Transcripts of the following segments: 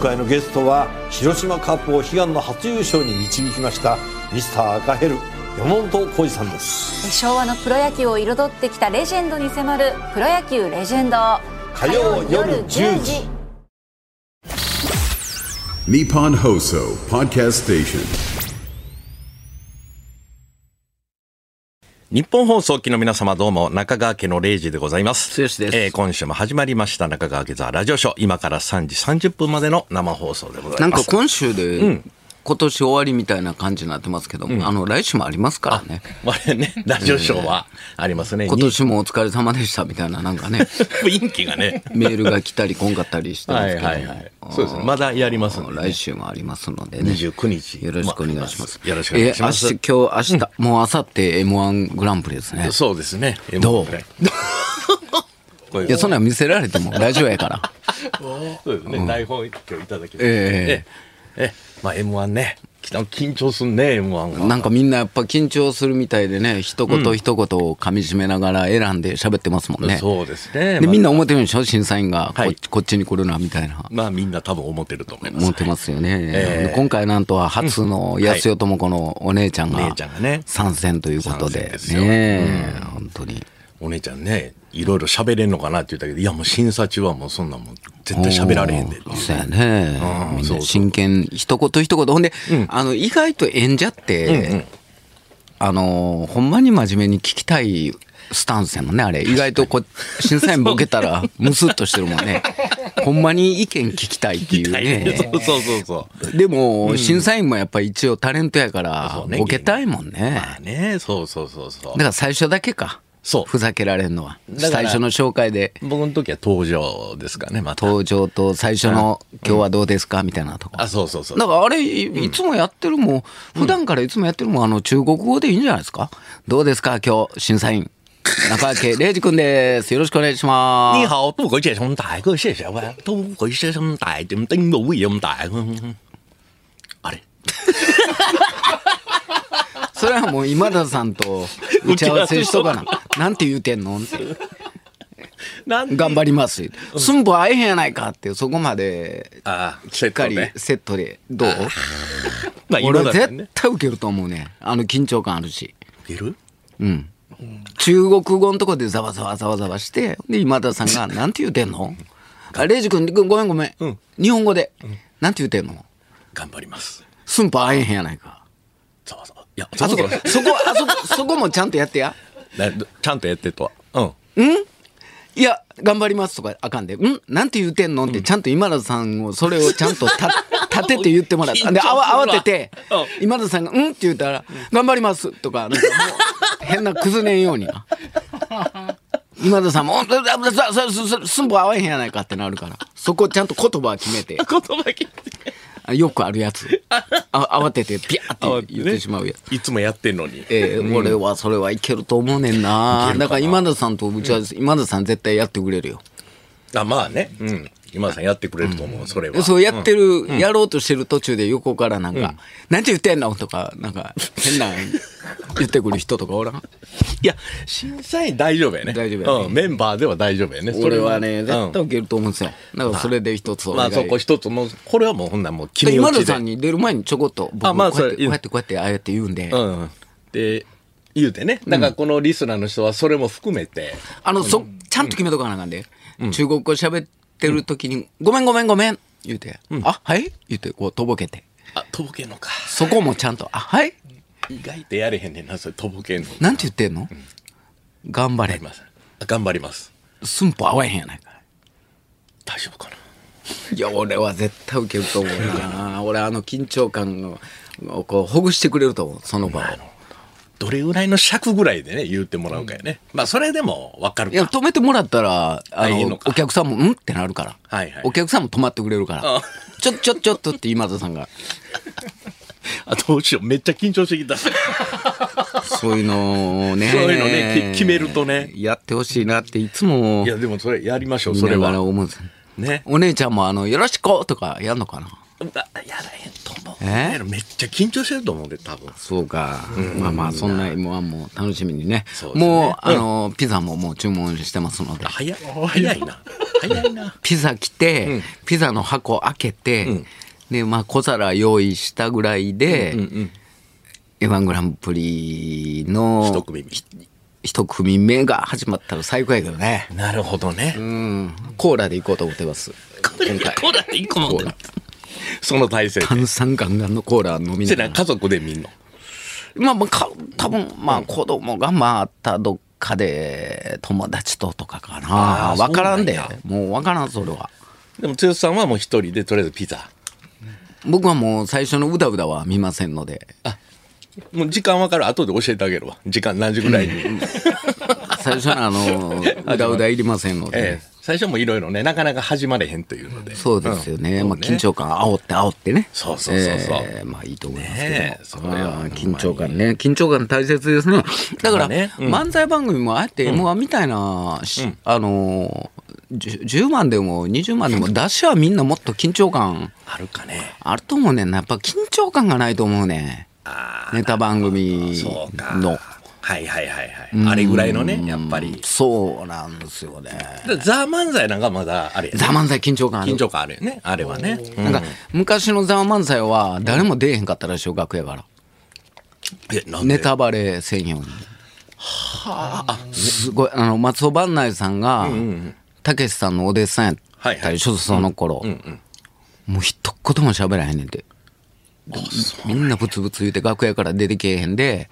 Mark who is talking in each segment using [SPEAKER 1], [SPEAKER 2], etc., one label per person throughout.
[SPEAKER 1] 回のゲストは広島カップを悲願の初優勝に導きましたミスター赤ヘル山本浩二さんです
[SPEAKER 2] 昭和のプロ野球を彩ってきたレジェンドに迫る「プロ野球レジェンド」
[SPEAKER 1] 火曜夜10時
[SPEAKER 3] ニッポン放送パドキャストステーション
[SPEAKER 4] 日本放送機の皆様どうも中川家の0時でございます。
[SPEAKER 5] 剛です
[SPEAKER 4] えー今週も始まりました中川家ザラジオショー。今から3時30分までの生放送でございます。
[SPEAKER 5] なんか今週で、今年終わりみたいな感じになってますけども、あの来週もありますからね。
[SPEAKER 4] 我々ね、ラジオショーはありますね。
[SPEAKER 5] 今年もお疲れ様でしたみたいななんかね
[SPEAKER 4] 雰囲気がね。
[SPEAKER 5] メールが来たりこんかったりしてますけども、
[SPEAKER 4] そうですね。まだやりますんでね、
[SPEAKER 5] 来週もありますのでね
[SPEAKER 4] 29日
[SPEAKER 5] よろしくお願いします、
[SPEAKER 4] まあよろしくお願いします
[SPEAKER 5] えー明日今日明日、もうあさって m 1グランプリですね
[SPEAKER 4] そうですね。
[SPEAKER 5] どう
[SPEAKER 4] こういう
[SPEAKER 5] いやそんなん見せられて もラジオやから
[SPEAKER 4] そうですね、台本今日いただきました。
[SPEAKER 5] え
[SPEAKER 4] ええまあ M1 ね、きた緊張すんね、M1 が。
[SPEAKER 5] なんかみんなやっぱ緊張するみたいでね一言一言を噛み締めながら選んで喋ってますもんね、
[SPEAKER 4] そうですね。
[SPEAKER 5] で
[SPEAKER 4] まあ
[SPEAKER 5] みんな思ってるんでしょ審査員がこ,、
[SPEAKER 4] はい
[SPEAKER 5] こっちに来るなみたいな
[SPEAKER 4] まあみんな多分思ってると思います。
[SPEAKER 5] 思ってますよね、
[SPEAKER 4] ええ
[SPEAKER 5] 今回なんとは初の安代智子のお姉ちゃん
[SPEAKER 4] はい
[SPEAKER 5] が
[SPEAKER 4] 姉ちゃんがね
[SPEAKER 5] 参戦ということ
[SPEAKER 4] 参
[SPEAKER 5] で
[SPEAKER 4] 戦ですよ
[SPEAKER 5] ねえ本当に
[SPEAKER 4] お姉ちゃんね、いろいろ喋れんのかなって言ったけど、いやもう審査中はもうそんなもん絶対喋られへんでっていう。
[SPEAKER 5] そうやね
[SPEAKER 4] うん
[SPEAKER 5] みん
[SPEAKER 4] そうそ
[SPEAKER 5] な
[SPEAKER 4] う
[SPEAKER 5] 真剣一言一言ほんで、あの意外と演者って、あのほんまに真面目に聞きたいスタンスやもんねあれ意外とこう審査員ボケたらムスッとしてるも んねほんまに意見聞きたいっていうね
[SPEAKER 4] そうそうそうそう。
[SPEAKER 5] でも、審査員もやっぱり一応タレントやから
[SPEAKER 4] そう、ね
[SPEAKER 5] ボケたいもんね。
[SPEAKER 4] まあね、そうそうそうそう
[SPEAKER 5] だか。ら最初だけか。
[SPEAKER 4] そう
[SPEAKER 5] ふざけられるのは。
[SPEAKER 4] だから
[SPEAKER 5] 最初の紹介で、
[SPEAKER 4] 僕の時は登場ですかね、また。
[SPEAKER 5] 登場と最初の今日はどうですかみたいなとこ。
[SPEAKER 4] あ、そうそうそう
[SPEAKER 5] だ。からあれ、いいつもやってるも、ん、普段からいつもやってるもん、あの、中国語でいいんじゃないですかどうですか今日、審査員。中川家礼二君です。よろしくお願いしま
[SPEAKER 4] 你
[SPEAKER 5] す。
[SPEAKER 4] 好，不会介绍大哥，谢谢吧。都不会介绍大，怎么等我一样大？あれ
[SPEAKER 5] それはもう今田さんと打ち合わせしとか な。なんて言うてんのって。
[SPEAKER 4] なん
[SPEAKER 5] 頑張ります。すんぼ会えへんやないかって、そこまで、
[SPEAKER 4] あー、
[SPEAKER 5] しっかり
[SPEAKER 4] セットね
[SPEAKER 5] セットで、どう
[SPEAKER 4] まあ今
[SPEAKER 5] 俺
[SPEAKER 4] だったら
[SPEAKER 5] 絶
[SPEAKER 4] ね。
[SPEAKER 5] 対受けると思うね。あの緊張感あるし。
[SPEAKER 4] いる
[SPEAKER 5] 中国語のとこでざわざわざわざわして、で、今田さんが、なんて言うてんのあ、レイジ君、ごめんごめん。日本語で、なんて言うてんの
[SPEAKER 4] 頑張ります。
[SPEAKER 5] すんぼ会えへんやないか。
[SPEAKER 4] そうそう。いや、
[SPEAKER 5] あそこ、
[SPEAKER 4] だ
[SPEAKER 5] そこ、あそこ、そこもちゃんとやってや。
[SPEAKER 4] ちゃんとやってとは。
[SPEAKER 5] いや、頑張りますとかあかんで、んなんて言うてんのって、ちゃんと今田さんを、それをちゃんとた立てて言ってもらった。で、あわ慌てて、今田さんが、んって言ったら、頑張りますとか、なんかもう変な崩れんようにな。今田さんも、すんぼ合わへんやないかってなるから、そこちゃんと言葉は決めて、
[SPEAKER 4] うん。 言葉聞いて。
[SPEAKER 5] あよくあるやつ。あ慌てて、ピャーって言ってしまうやつ。
[SPEAKER 4] いつもやってんのに。
[SPEAKER 5] ええ俺はそれはいけると思うねんな。だから今田さんとうちは、今田さん絶対やってくれるよ。
[SPEAKER 4] あ、まあね。うん。今田さんやってくれると思う、それは。
[SPEAKER 5] そうやってる、やろうとしてる途中で横からなんか、なんて言ってんのとか、なんか、変な言ってくる人とかおらん。
[SPEAKER 4] いや、審査員大丈夫やね。
[SPEAKER 5] 大丈夫やね
[SPEAKER 4] うん。メンバーでは大丈夫やね。それ
[SPEAKER 5] 俺はね、
[SPEAKER 4] うん
[SPEAKER 5] 絶対受けると思うんですよ。だからそれで一つお
[SPEAKER 4] ま
[SPEAKER 5] 願
[SPEAKER 4] あ
[SPEAKER 5] い。
[SPEAKER 4] そこ一つもう、これはもうほんならもう決め
[SPEAKER 5] 今
[SPEAKER 4] 打ち
[SPEAKER 5] 田
[SPEAKER 4] で
[SPEAKER 5] さ。んに出る前にちょこっと、僕
[SPEAKER 4] あまあ
[SPEAKER 5] こうやって、
[SPEAKER 4] それ
[SPEAKER 5] こうやって、こうやって、ああやって言うんで、
[SPEAKER 4] うん。で、言うてね。だからこのリスナーの人はそれも含めて、
[SPEAKER 5] あの、そ、ちゃんと決めとかなあかんで、中国語喋ってる時に、ごめんごめんごめん言うて、あ、はい言うて、こう、とぼけて。
[SPEAKER 4] あ、とぼけんのか。
[SPEAKER 5] そこもちゃんと、あ、はい
[SPEAKER 4] 意外とやれへんねんな、それとぼけんの。頑
[SPEAKER 5] なんて言ってんの、頑張
[SPEAKER 4] 張
[SPEAKER 5] れ
[SPEAKER 4] り。ます。あ頑張ります。
[SPEAKER 5] 寸法合わへんやないか。
[SPEAKER 4] 大丈夫かない
[SPEAKER 5] や俺は絶対受けると思うな俺あの緊張感をこうほぐしてくれると思うその場を
[SPEAKER 4] どれぐらいの尺ぐらいでね、言うてもらうかやね。まあそれでもわかる
[SPEAKER 5] いや
[SPEAKER 4] か。
[SPEAKER 5] 止めてもらったらあ
[SPEAKER 4] あ
[SPEAKER 5] の
[SPEAKER 4] いいのか
[SPEAKER 5] お客さんも「ん?」ってなるから、
[SPEAKER 4] はいはい
[SPEAKER 5] お客さんも止まってくれるから
[SPEAKER 4] あ
[SPEAKER 5] 「ちょちょちょっと」って今田 さんが
[SPEAKER 4] あ、どうしよう。めっちゃ緊張してきた。
[SPEAKER 5] そういうのをね
[SPEAKER 4] そういうのねき決めるとね
[SPEAKER 5] やってほしいなっていつも
[SPEAKER 4] いや、でもそれやりましょう、
[SPEAKER 5] 見
[SPEAKER 4] それ
[SPEAKER 5] ながら
[SPEAKER 4] は。
[SPEAKER 5] 思うんですよ
[SPEAKER 4] ね。
[SPEAKER 5] お姉ちゃんもあの「よろしく!」とかやんのかな
[SPEAKER 4] うわやらへんと思う。
[SPEAKER 5] え
[SPEAKER 4] めっちゃ緊張してると思うんで、多分。
[SPEAKER 5] そうか、まあまあそんな M1 も楽しみにね
[SPEAKER 4] そうですね
[SPEAKER 5] もうあの、ピザももう注文してますので
[SPEAKER 4] 早い、早いな。早いな。
[SPEAKER 5] ピザ来て、ピザの箱開けて、でまあ小皿用意したぐらいで、M1 グランプリの
[SPEAKER 4] 一組目
[SPEAKER 5] 一組目が始まったら最高やけどね、
[SPEAKER 4] なるほどね。
[SPEAKER 5] うん、コーラで行こうと思ってます
[SPEAKER 4] これ、コーラって一個持ってるその体制で。
[SPEAKER 5] 炭酸ガンガンのコーラ飲み
[SPEAKER 4] せ
[SPEAKER 5] な
[SPEAKER 4] や
[SPEAKER 5] が
[SPEAKER 4] な家
[SPEAKER 5] ら
[SPEAKER 4] 族で見んの。
[SPEAKER 5] まあまあか多分まあ子供がまあたどっかで友達ととかかな
[SPEAKER 4] あー
[SPEAKER 5] 分からんで
[SPEAKER 4] そうなん
[SPEAKER 5] もう分からんそれは
[SPEAKER 4] でも、剛さんはもう一人で、とりあえずピザ。
[SPEAKER 5] 僕はもう最初のうだうだは見ませんので
[SPEAKER 4] もう時間わかる。後で教えてあげるわ。時間何時ぐらいに。
[SPEAKER 5] 最初のあ のうだうだいりませんので、
[SPEAKER 4] ええ。最初もいろいろね、なかなか始まれへんというので。
[SPEAKER 5] そうですよね、
[SPEAKER 4] うん
[SPEAKER 5] まあ、緊張感煽って煽ってね
[SPEAKER 4] そうそうそうそう
[SPEAKER 5] えーまあいいと思いますけど、
[SPEAKER 4] ねえそれは
[SPEAKER 5] あー緊張感ね緊張感大切ですねだから、
[SPEAKER 4] まあねうん
[SPEAKER 5] 漫才番組もあえて m 1みたいな、しあのーじゅ 10, 万でも20万でも出しはみんなもっと緊張感
[SPEAKER 4] あるかね。
[SPEAKER 5] あると思うねんなやっぱ緊張感がないと思うね
[SPEAKER 4] あ
[SPEAKER 5] ネタ番組
[SPEAKER 4] あ、そうか。
[SPEAKER 5] の
[SPEAKER 4] はいはいはいはい。あれぐらいのね、やっぱり。
[SPEAKER 5] そうなんですよね
[SPEAKER 4] だザ・漫才なんかまだあれやね
[SPEAKER 5] ザ漫才緊張感ある
[SPEAKER 4] 緊張感あるよね。あれはね。うん
[SPEAKER 5] なんか昔のザ漫才は誰も出えへんかったらしいよ楽屋から
[SPEAKER 4] えなんで
[SPEAKER 5] ネタバレ専用に。すごいあの松尾伴内さんがたけしさんのお弟子さんやったりしょその頃もう一言も喋らへんねんてみんなブツブツ言うて楽屋から出てけえへんで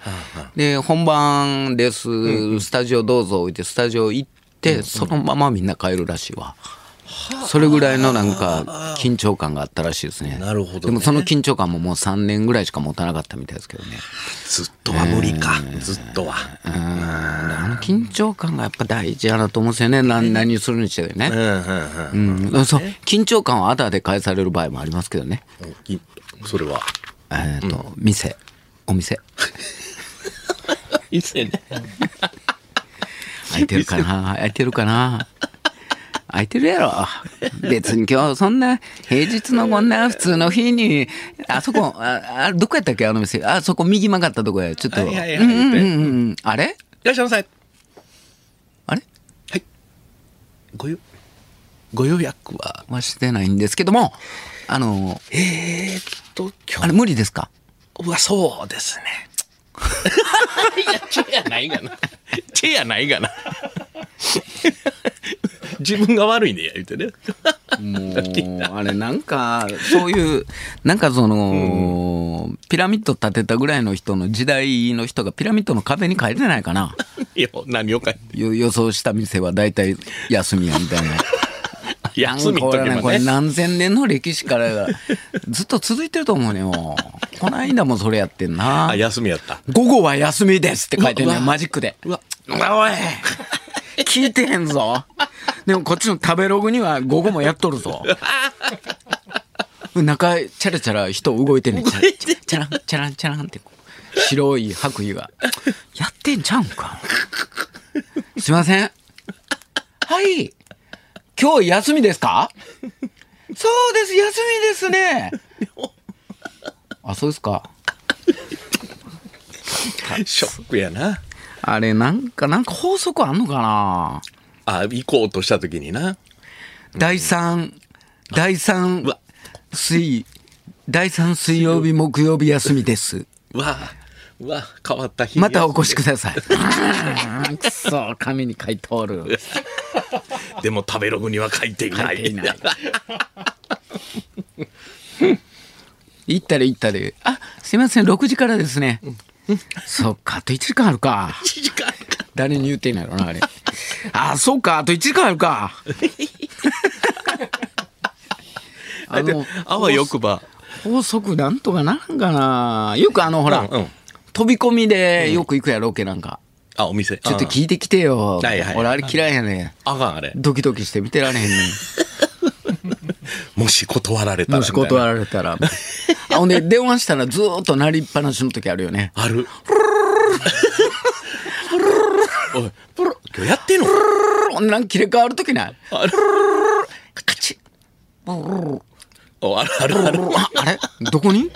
[SPEAKER 5] で本番ですスタジオどうぞ置いてスタジオ行ってそのままみんな帰るらしいわそれぐらいのなんか緊張感があったらしいですね
[SPEAKER 4] なるほどね
[SPEAKER 5] でもその緊張感ももう3年ぐらいしか持たなかったみたいですけどね
[SPEAKER 4] ずっとは無理か。ずっとは。
[SPEAKER 5] あの緊張感がやっぱ大事やなと思うんですよね何何するにして
[SPEAKER 4] う
[SPEAKER 5] ね、
[SPEAKER 4] んうん
[SPEAKER 5] うんそう緊張感をあだで返される場合もありますけどね
[SPEAKER 4] うんい。それは。
[SPEAKER 5] えっ、と、店お店
[SPEAKER 4] いつやね。
[SPEAKER 5] 開いてるか な開いてるかな開いてるやろ別に今日そんな平日のこんな普通の日にあそこああどこやったっけあの店あそこ右曲がったとこやちょっと、
[SPEAKER 4] はいはいはい
[SPEAKER 5] うんうんうんうんあ
[SPEAKER 4] い
[SPEAKER 5] れ
[SPEAKER 4] らっしゃいませ。
[SPEAKER 5] あれ
[SPEAKER 4] はい。ご予、ご予約は
[SPEAKER 5] はしてないんですけどもあの
[SPEAKER 4] えー、っと、今
[SPEAKER 5] あれ無理ですか
[SPEAKER 4] 日はそうですね。 いや、チェやないがな。 チェやないがな。 自分が悪いねや、言うてね。
[SPEAKER 5] もうあれなんかそういうなんかその、ピラミッド建てたぐらいの人の時代の人がピラミッドの壁に変えてないかない
[SPEAKER 4] や、何をかいて。
[SPEAKER 5] よ予想した店は大体休みやみたいな。
[SPEAKER 4] 休み
[SPEAKER 5] なん
[SPEAKER 4] とけ
[SPEAKER 5] か俺ねこ
[SPEAKER 4] ば
[SPEAKER 5] れ
[SPEAKER 4] ね。
[SPEAKER 5] 何千年の歴史からずっと続いてると思うねよこの間もそれやってんな
[SPEAKER 4] あ、休みやった。
[SPEAKER 5] 午後は休みですって書いてん
[SPEAKER 4] う
[SPEAKER 5] ね
[SPEAKER 4] わ
[SPEAKER 5] マジックで
[SPEAKER 4] うわ
[SPEAKER 5] おい聞いてへんぞでもこっちの食べログには午後もやっとるぞ中チャラチャラ人動いてんねんチャラチャランチャランチャランってこう白い白衣がやってんちゃうんかすいませんはい今日休みですかそうです休みですねあそうですか
[SPEAKER 4] ショックやな。
[SPEAKER 5] あれなんかなんか法則あんのかな
[SPEAKER 4] あ、行こうとした時にな。
[SPEAKER 5] 第3、第3
[SPEAKER 4] うわ
[SPEAKER 5] 水、第3水曜日、木曜日休みです。
[SPEAKER 4] うわうわ変わった日に
[SPEAKER 5] またお越しくだ さい。うんくそ、紙に書いておる。
[SPEAKER 4] でも食べログには書いていない
[SPEAKER 5] 書いて いない行ったら行ったで、あすいません、6時からですね。そっか、あと1時間あるか。
[SPEAKER 4] 一時間か
[SPEAKER 5] 誰に言ってんのやろな、あ れ。あ、そっか、あと1時間ある か。あの
[SPEAKER 4] あわよくば
[SPEAKER 5] 法則なんとかならんかなよくあのほら、
[SPEAKER 4] うんうん
[SPEAKER 5] 飛び込みでよく行くやろロケなんか、
[SPEAKER 4] あお店
[SPEAKER 5] ちょっと聞いてきてよ、
[SPEAKER 4] んはいはい
[SPEAKER 5] 俺あれ嫌いやね
[SPEAKER 4] あかんあれ
[SPEAKER 5] んドキドキして見てられへんね
[SPEAKER 4] もし断られた
[SPEAKER 5] ん
[SPEAKER 4] ら
[SPEAKER 5] もし断
[SPEAKER 4] れ
[SPEAKER 5] られたらあほんで電話したらずーっと鳴りっぱなしの時あるよね
[SPEAKER 4] あ るおいプロ今日やってんの
[SPEAKER 5] ほんでなんか切れ替わる時ない
[SPEAKER 4] ある
[SPEAKER 5] カチッ
[SPEAKER 4] おあるあるある
[SPEAKER 5] ああれどこに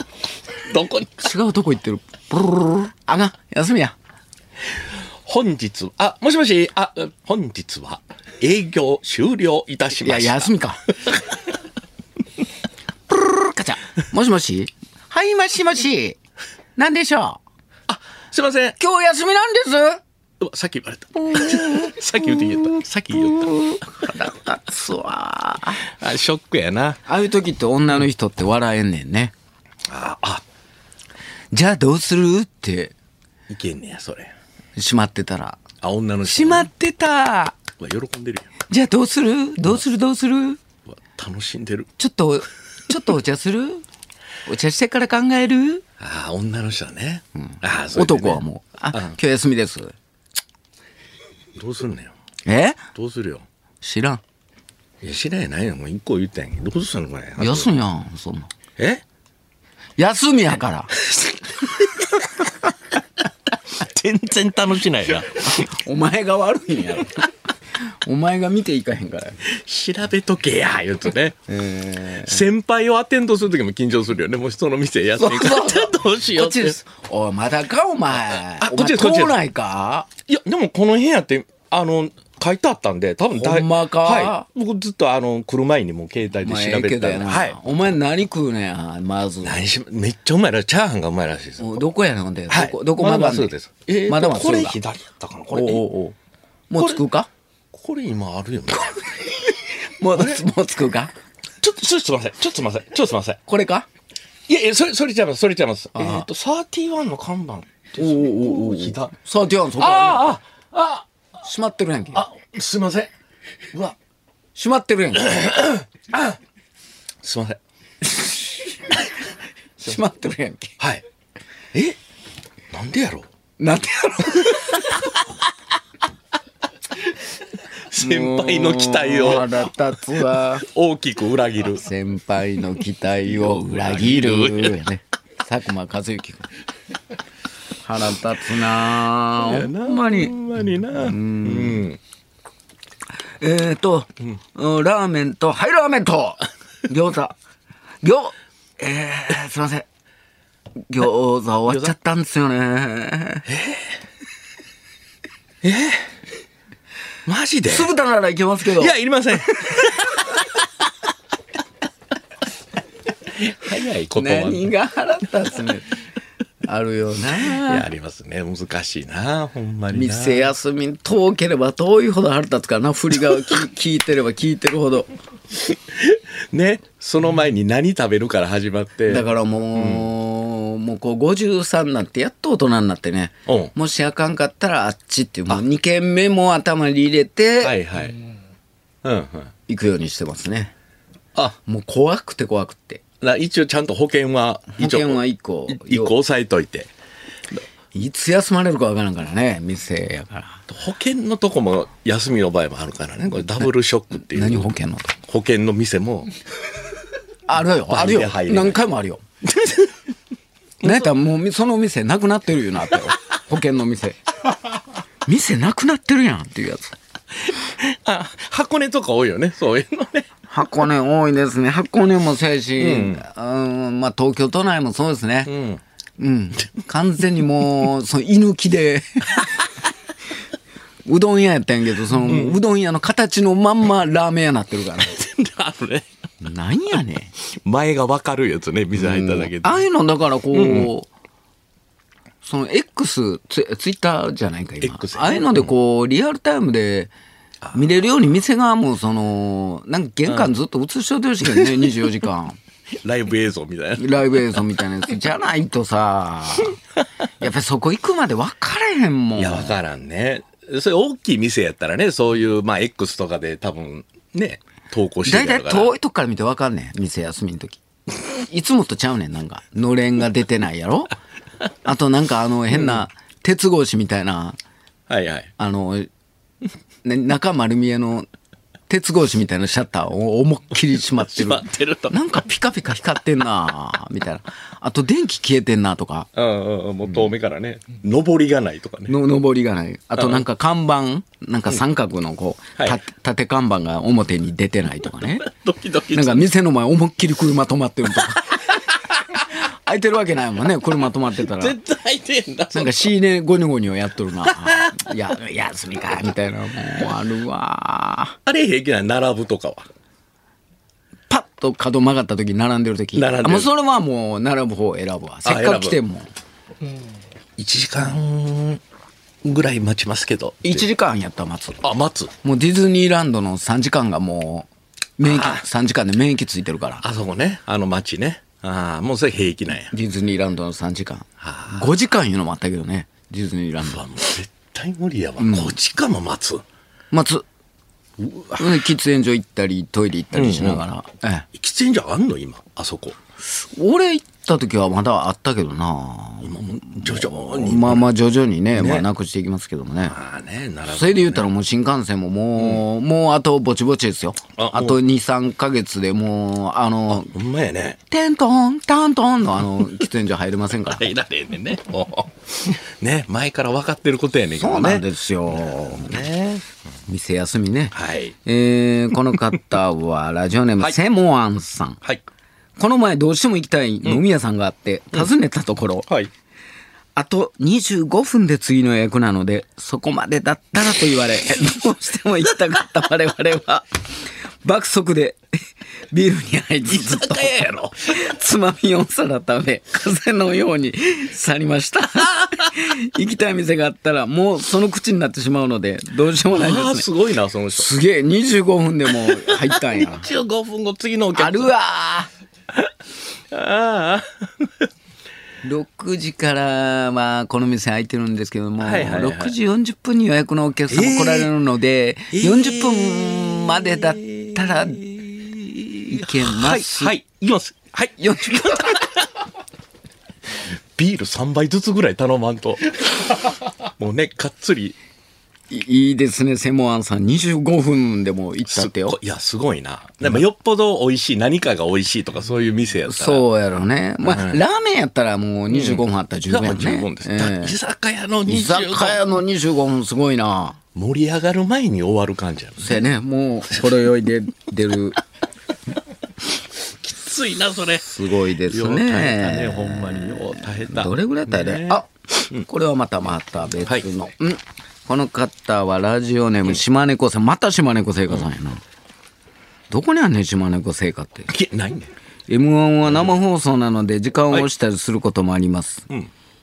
[SPEAKER 4] どこに
[SPEAKER 5] 違うとこ行ってる。ブルルルルルあがん、休みや。
[SPEAKER 4] 本日あもしもしあうん本日は営業終了いたし
[SPEAKER 5] い
[SPEAKER 4] ま
[SPEAKER 5] や、
[SPEAKER 4] した
[SPEAKER 5] 休みか。ブルルルルカチャ。もしもしはい、もしもし。なんでしょう
[SPEAKER 4] すいません
[SPEAKER 5] 今日休みなんです
[SPEAKER 4] うわさっき言われた さっき言って言ったさっき言っ
[SPEAKER 5] 腹立つわ。あ
[SPEAKER 4] たあショックやな
[SPEAKER 5] あいう時って女の人って笑えんねんね。じゃあどうするって
[SPEAKER 4] いけんねやそれ
[SPEAKER 5] しまってたら。
[SPEAKER 4] あ女の人
[SPEAKER 5] しまってた
[SPEAKER 4] うわ喜んでるやん
[SPEAKER 5] じゃあどうするどうするどうする
[SPEAKER 4] うわ楽しんでる
[SPEAKER 5] ちょっと、ちょっとお茶す るお茶してから考える
[SPEAKER 4] ああ女の人はね、ああそれでね
[SPEAKER 5] 男はもう、あ、今日休みです。
[SPEAKER 4] どうすんのよ
[SPEAKER 5] え
[SPEAKER 4] どうするよ
[SPEAKER 5] 知らん。
[SPEAKER 4] いや知らんやないよもう一個言ったやんけどうすんのこれ
[SPEAKER 5] 休みやん、そんなん。
[SPEAKER 4] え
[SPEAKER 5] 休みやから。
[SPEAKER 4] 全然楽しないな
[SPEAKER 5] お前が悪いんやろ。 お前が見ていかへんから。
[SPEAKER 4] 調べとけや言うと ね、先輩をアテンドする時も緊張するよねもう人の店やっていく
[SPEAKER 5] そうそう
[SPEAKER 4] どうしよ
[SPEAKER 5] こ
[SPEAKER 4] う
[SPEAKER 5] っ
[SPEAKER 4] って
[SPEAKER 5] ちです。おい、まだか、お前。
[SPEAKER 4] あこっちですこ
[SPEAKER 5] お
[SPEAKER 4] っちです
[SPEAKER 5] 前通ないか
[SPEAKER 4] いやでもこの辺やってあの書いてあったんで多分だい
[SPEAKER 5] ほんまか
[SPEAKER 4] はい、僕ずっとあの来る前にもう携帯で
[SPEAKER 5] まあ
[SPEAKER 4] 調べてたん
[SPEAKER 5] ええけ
[SPEAKER 4] で、
[SPEAKER 5] どやな
[SPEAKER 4] はい、
[SPEAKER 5] お前何食うねん、まず。
[SPEAKER 4] 何しめっちゃうまいらしいチャーハンがうまいらしいです
[SPEAKER 5] おどこやねん、ほんで。
[SPEAKER 4] はい
[SPEAKER 5] どこ、どこまだ
[SPEAKER 4] ま
[SPEAKER 5] ま
[SPEAKER 4] っすぐですえーと
[SPEAKER 5] まだまっす
[SPEAKER 4] こ
[SPEAKER 5] ぐ
[SPEAKER 4] れ
[SPEAKER 5] だ。
[SPEAKER 4] 左やったかなこ
[SPEAKER 5] おう
[SPEAKER 4] れ
[SPEAKER 5] おうおうもうつくか
[SPEAKER 4] これ今あるよね
[SPEAKER 5] もう、もうつくか
[SPEAKER 4] ちょっとちょっとすいませんちょっとすいませんちょっとすいません
[SPEAKER 5] これか
[SPEAKER 4] いやいやそれそれちゃいますそれちゃいますえっ、ー、と31の看板ですねこう左
[SPEAKER 5] さあ、じゃあ、そこあ
[SPEAKER 4] あああ
[SPEAKER 5] る閉まってるやんけ。
[SPEAKER 4] ああすいませんうわ
[SPEAKER 5] 閉まってるやんけ。
[SPEAKER 4] すいません
[SPEAKER 5] 閉まってるやんけ。
[SPEAKER 4] はいえなんでやろう
[SPEAKER 5] なんでやろ
[SPEAKER 4] 先輩の期待
[SPEAKER 5] もう
[SPEAKER 4] を
[SPEAKER 5] 腹立つわ。
[SPEAKER 4] 大きく裏切る
[SPEAKER 5] 先輩の期待を裏切る。ね佐久間一行君。腹立つなあほんま
[SPEAKER 4] ほ
[SPEAKER 5] に。
[SPEAKER 4] んまになうん
[SPEAKER 5] えーと、うんラーメンと、はい、ラーメンと、餃子、餃、えー、すいません。餃子終わっちゃったんですよね。
[SPEAKER 4] マジで
[SPEAKER 5] 酢豚ならいけますけど。
[SPEAKER 4] いやいりません早いことは
[SPEAKER 5] 何が腹立つねん あるよ
[SPEAKER 4] い
[SPEAKER 5] な
[SPEAKER 4] やありますね難しいなほんまにな
[SPEAKER 5] 店休み遠ければ遠いほど腹立つからな振りがき聞いてれば聞いてるほど
[SPEAKER 4] ねその前に何食べるから始まって
[SPEAKER 5] だからもう、もうこう53になってやっと大人になってね、
[SPEAKER 4] うん
[SPEAKER 5] もしあかんかったらあっちっていうもう2軒目も頭に入れ
[SPEAKER 4] は
[SPEAKER 5] て
[SPEAKER 4] いはいうんうん
[SPEAKER 5] 行くようにしてますね
[SPEAKER 4] あ
[SPEAKER 5] もう怖くて怖くて
[SPEAKER 4] な一応ちゃんと保険は
[SPEAKER 5] 保
[SPEAKER 4] 一応
[SPEAKER 5] 険は1個
[SPEAKER 4] 一個押さえといて
[SPEAKER 5] いつ休まれるかわからんからね店やから
[SPEAKER 4] 保険のとこも休みの場合もあるからねこれダブルショックっていう
[SPEAKER 5] 何保険のと
[SPEAKER 4] 保険の店も
[SPEAKER 5] あるよ、ある
[SPEAKER 4] バンで
[SPEAKER 5] よ
[SPEAKER 4] 入。る
[SPEAKER 5] 何回もあ るよ。なんやったらもうその店なくなってるよな ってよ。保険の店。店なくなってるやんっていうやつ。
[SPEAKER 4] あ箱根とか多いよねそういうのね
[SPEAKER 5] 箱根多いですね。箱根もそうやし、うん、まあ東京都内もそうですね。
[SPEAKER 4] うん
[SPEAKER 5] うん。完全にもう、その居抜きで。 うどん屋やったんやけど、その、うどん屋の形のまんまラーメン屋になってるから。
[SPEAKER 4] あるね
[SPEAKER 5] なんやねん。
[SPEAKER 4] 前が分かるやつね店入っただけで
[SPEAKER 5] ああいうのだからこう、その X ツツイッターじゃないか今、
[SPEAKER 4] X ね
[SPEAKER 5] ああいうのでこうリアルタイムで見れるように店側もそのなんか玄関ずっと映しといてほしいけど ね、24時間
[SPEAKER 4] ライブ映像みたいな
[SPEAKER 5] ライブ映像みたいなやつじゃないとさ やっぱりそこ行くまで分かれへんもん
[SPEAKER 4] いや分からんねそれ大きい店やったらねそういうまあ X とかで多分ね投稿して
[SPEAKER 5] 大
[SPEAKER 4] るやろ
[SPEAKER 5] 体
[SPEAKER 4] うから
[SPEAKER 5] 遠いとこから見て分かんねん店休みの時いつもとちゃうねんなんか のれんが出てないやろあとなんかあの変な鉄格子みたいな
[SPEAKER 4] はいはい
[SPEAKER 5] あの、ね、中丸見えの鉄格子みたいなシャッターを思いっきり閉まってる。
[SPEAKER 4] 閉まってると
[SPEAKER 5] なんかピカピカ光ってんなみたいな。あと電気消えてんなとか、
[SPEAKER 4] うんうんうんもう遠目からね、上りがないとかね
[SPEAKER 5] の、上りがない。あとなんか看板、なんか三角のこう、
[SPEAKER 4] はい
[SPEAKER 5] た縦看板が表に出て ないとかね。
[SPEAKER 4] ドキドキ
[SPEAKER 5] なんか店の前思いっきり車止まってるとか。あ 空いてるわけないもんね車止まってたら
[SPEAKER 4] 絶対入ってんだ。
[SPEAKER 5] なんか C ねゴニョゴニョやっとるないや休みかみたいなもうあるわ
[SPEAKER 4] あれ平気なん並ぶとかは。
[SPEAKER 5] パッと角曲がった時並んでる時
[SPEAKER 4] 並んでる
[SPEAKER 5] あもうそれはもう並ぶ方を選ぶわせっかく来ても
[SPEAKER 4] 1時間ぐらい待ちますけど。
[SPEAKER 5] 1時間やったら待つ
[SPEAKER 4] あ、待つ。
[SPEAKER 5] もうディズニーランドの3時間がもう免疫3時間で免疫ついてるから
[SPEAKER 4] あそこね。あの街ね。ああ、もうそれ平気なんや。
[SPEAKER 5] ディズニーランドの3時間5時間いうのもあったけどねディズニーランド
[SPEAKER 4] うわもう絶対無理やわ。こっちかも待つ。
[SPEAKER 5] 待つうん喫煙所行ったりトイレ行ったりしながら、え
[SPEAKER 4] 喫煙所あんの今、あそこ。
[SPEAKER 5] え、俺行った時はまだあったけどな
[SPEAKER 4] 今も徐々に。
[SPEAKER 5] まあまあ徐々にねまあ、なくしていきますけどもね
[SPEAKER 4] まあね、並ぶ。
[SPEAKER 5] それで言ったらもう新幹線ももう、もうあとぼちぼちですよ
[SPEAKER 4] あ
[SPEAKER 5] あと23か月でもうあの
[SPEAKER 4] ほんまやね。
[SPEAKER 5] テントンタントンのあの喫煙 所入れませんから
[SPEAKER 4] 入られへんねんね。もう ね、前から分かってることやねんけ
[SPEAKER 5] そ
[SPEAKER 4] ど
[SPEAKER 5] うなん
[SPEAKER 4] ね。
[SPEAKER 5] ですよ。ね、店休みね。
[SPEAKER 4] はい
[SPEAKER 5] えーこの方はラジオネーム、セモアンさん。
[SPEAKER 4] はい。
[SPEAKER 5] この前どうしても行きたい飲み屋さんがあって、訪ねたところ、
[SPEAKER 4] はい。
[SPEAKER 5] あと25分で次の予約なので、そこまでだったらと言われ、どうしても行きたか った我々は、爆速で、ビールに入り
[SPEAKER 4] 居
[SPEAKER 5] ずっと
[SPEAKER 4] 酒、屋やろ。
[SPEAKER 5] つまみ4皿食べ、風のように去りました。 行きたい店があったら、もうその口になってしまうので、どうしようもない
[SPEAKER 4] ああ、
[SPEAKER 5] です
[SPEAKER 4] す
[SPEAKER 5] ね。
[SPEAKER 4] ごいな、その人。。
[SPEAKER 5] すげえ、25分でもう入ったん や
[SPEAKER 4] 15分後、次のお客さん
[SPEAKER 5] あるわ
[SPEAKER 4] ああ。
[SPEAKER 5] ー6時からはこの店開いてるんですけども、
[SPEAKER 4] はいはいはい
[SPEAKER 5] 6時40分に予約のお客様来られるの
[SPEAKER 4] え
[SPEAKER 5] で、
[SPEAKER 4] ー
[SPEAKER 5] 40分までだったらいけ
[SPEAKER 4] は
[SPEAKER 5] ま
[SPEAKER 4] い、
[SPEAKER 5] す。
[SPEAKER 4] はい、いきます。はい、
[SPEAKER 5] 40分
[SPEAKER 4] ビール3杯ずつぐらい頼まん と。もうね、がっつり。
[SPEAKER 5] いいですね、セモアンさん。25分でも行った
[SPEAKER 4] す
[SPEAKER 5] ってよ
[SPEAKER 4] ごい。いや、すごいな。でも、よっぽど美味しい、何かが美味しいとか、そういう店やったら。う。
[SPEAKER 5] そうやろね。まあ、ラーメンやったらもう25分あったら十
[SPEAKER 4] 十
[SPEAKER 5] 分や
[SPEAKER 4] 分
[SPEAKER 5] ね。
[SPEAKER 4] 十分です。
[SPEAKER 5] ええ
[SPEAKER 4] 居酒屋の
[SPEAKER 5] 居
[SPEAKER 4] 25
[SPEAKER 5] 酒屋の25分すごいな。
[SPEAKER 4] 盛り上がる前に終わる感じやろ。
[SPEAKER 5] せやね、もう、ほろ酔いで出る。
[SPEAKER 4] きついな、それ。
[SPEAKER 5] すごいです
[SPEAKER 4] よう耐えたね、
[SPEAKER 5] ね。
[SPEAKER 4] ほんまに。よう耐えた。
[SPEAKER 5] どれぐらいだね。あ、これはまたまた別の。
[SPEAKER 4] はい
[SPEAKER 5] うんこの方はラジオネーム島猫さん。また島猫聖火さんやな。どこにあんねん、島猫聖火って。
[SPEAKER 4] きないね。
[SPEAKER 5] M1 は生放送なので時間を押したりすることもあります、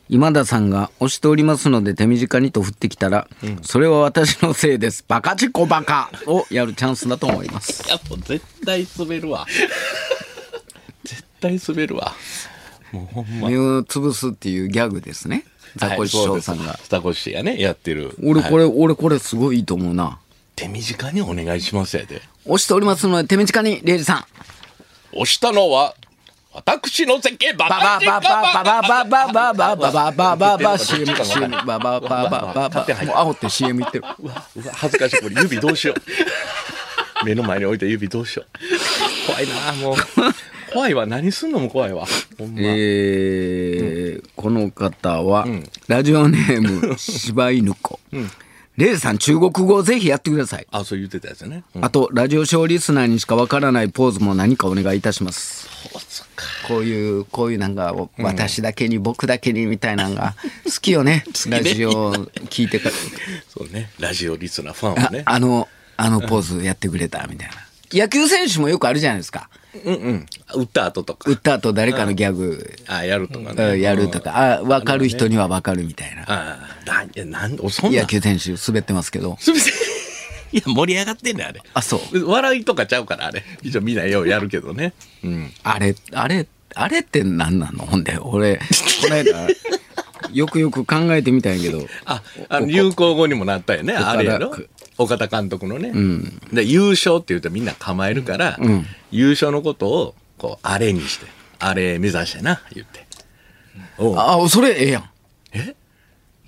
[SPEAKER 5] 今田さんが押しておりますので手短にと振ってきたら、それは私のせいですバカチコバカをやるチャンスだと思います
[SPEAKER 4] いや、もう絶対滑 るわ。絶対滑るわ。もうほんま。
[SPEAKER 5] 目を潰すっていうギャグですねザコシショウさんが、
[SPEAKER 4] ザコシシやね、やってる。
[SPEAKER 5] 俺こ
[SPEAKER 4] はい
[SPEAKER 5] れ、俺これすごいいいと思うな
[SPEAKER 4] 手短にお願いしますやで。
[SPEAKER 5] 押しておりますので手短にレイジさん
[SPEAKER 4] 押したのは、私の世間バ
[SPEAKER 5] バ
[SPEAKER 4] カ
[SPEAKER 5] バ
[SPEAKER 4] チ
[SPEAKER 5] ババババババババババババ CM CM ババババババもう青って CM いってる
[SPEAKER 4] うわ恥ずかしい。これ指どうしよう。 目の前に置いた指どうしよう。怖いなもう。怖いわ。何すんのも怖いわ。ほんま。
[SPEAKER 5] えーこの方は、ラジオネーム柴犬子、レイさん中国語をぜひやってください、
[SPEAKER 4] あ、そう言ってたやつね。うん
[SPEAKER 5] あとラジオショーリスナーにしかわからないポーズも何かお願いいたしますこういうこういうなんか私だけに、僕だけにみたいなのが好きよねラジオ聞いてから
[SPEAKER 4] そうね。ラジオリスナーファンは
[SPEAKER 5] あ
[SPEAKER 4] ね。
[SPEAKER 5] あのあのポーズやってくれたみたいな野球選手もよくあるじゃないですか
[SPEAKER 4] うんうん。打った後とか
[SPEAKER 5] 打っ。た後誰かのギャグ
[SPEAKER 4] あ、やるとか
[SPEAKER 5] うん
[SPEAKER 4] ね。
[SPEAKER 5] やるとか、あ分かる人には分かるみたいな
[SPEAKER 4] ああ、なん、いやなん、おそんな
[SPEAKER 5] 野。球選手滑ってますけど
[SPEAKER 4] すみません。いや、盛り上がってんねんあれ。
[SPEAKER 5] あそう
[SPEAKER 4] 笑いとかちゃうから、あれ。一応みんなようやるけどね。うん。
[SPEAKER 5] あれあれあれって何なのほんで俺この 間よくよく考えてみたんやけど
[SPEAKER 4] あ、あの、流行語にもなったよね。
[SPEAKER 5] 岡田
[SPEAKER 4] あれやろ
[SPEAKER 5] 区。
[SPEAKER 4] 岡田監督のね。で、優勝って言うとみんな構えるから、優勝のことを、こう、あれにして、あれ目指してな、言って。おう
[SPEAKER 5] あそれええやん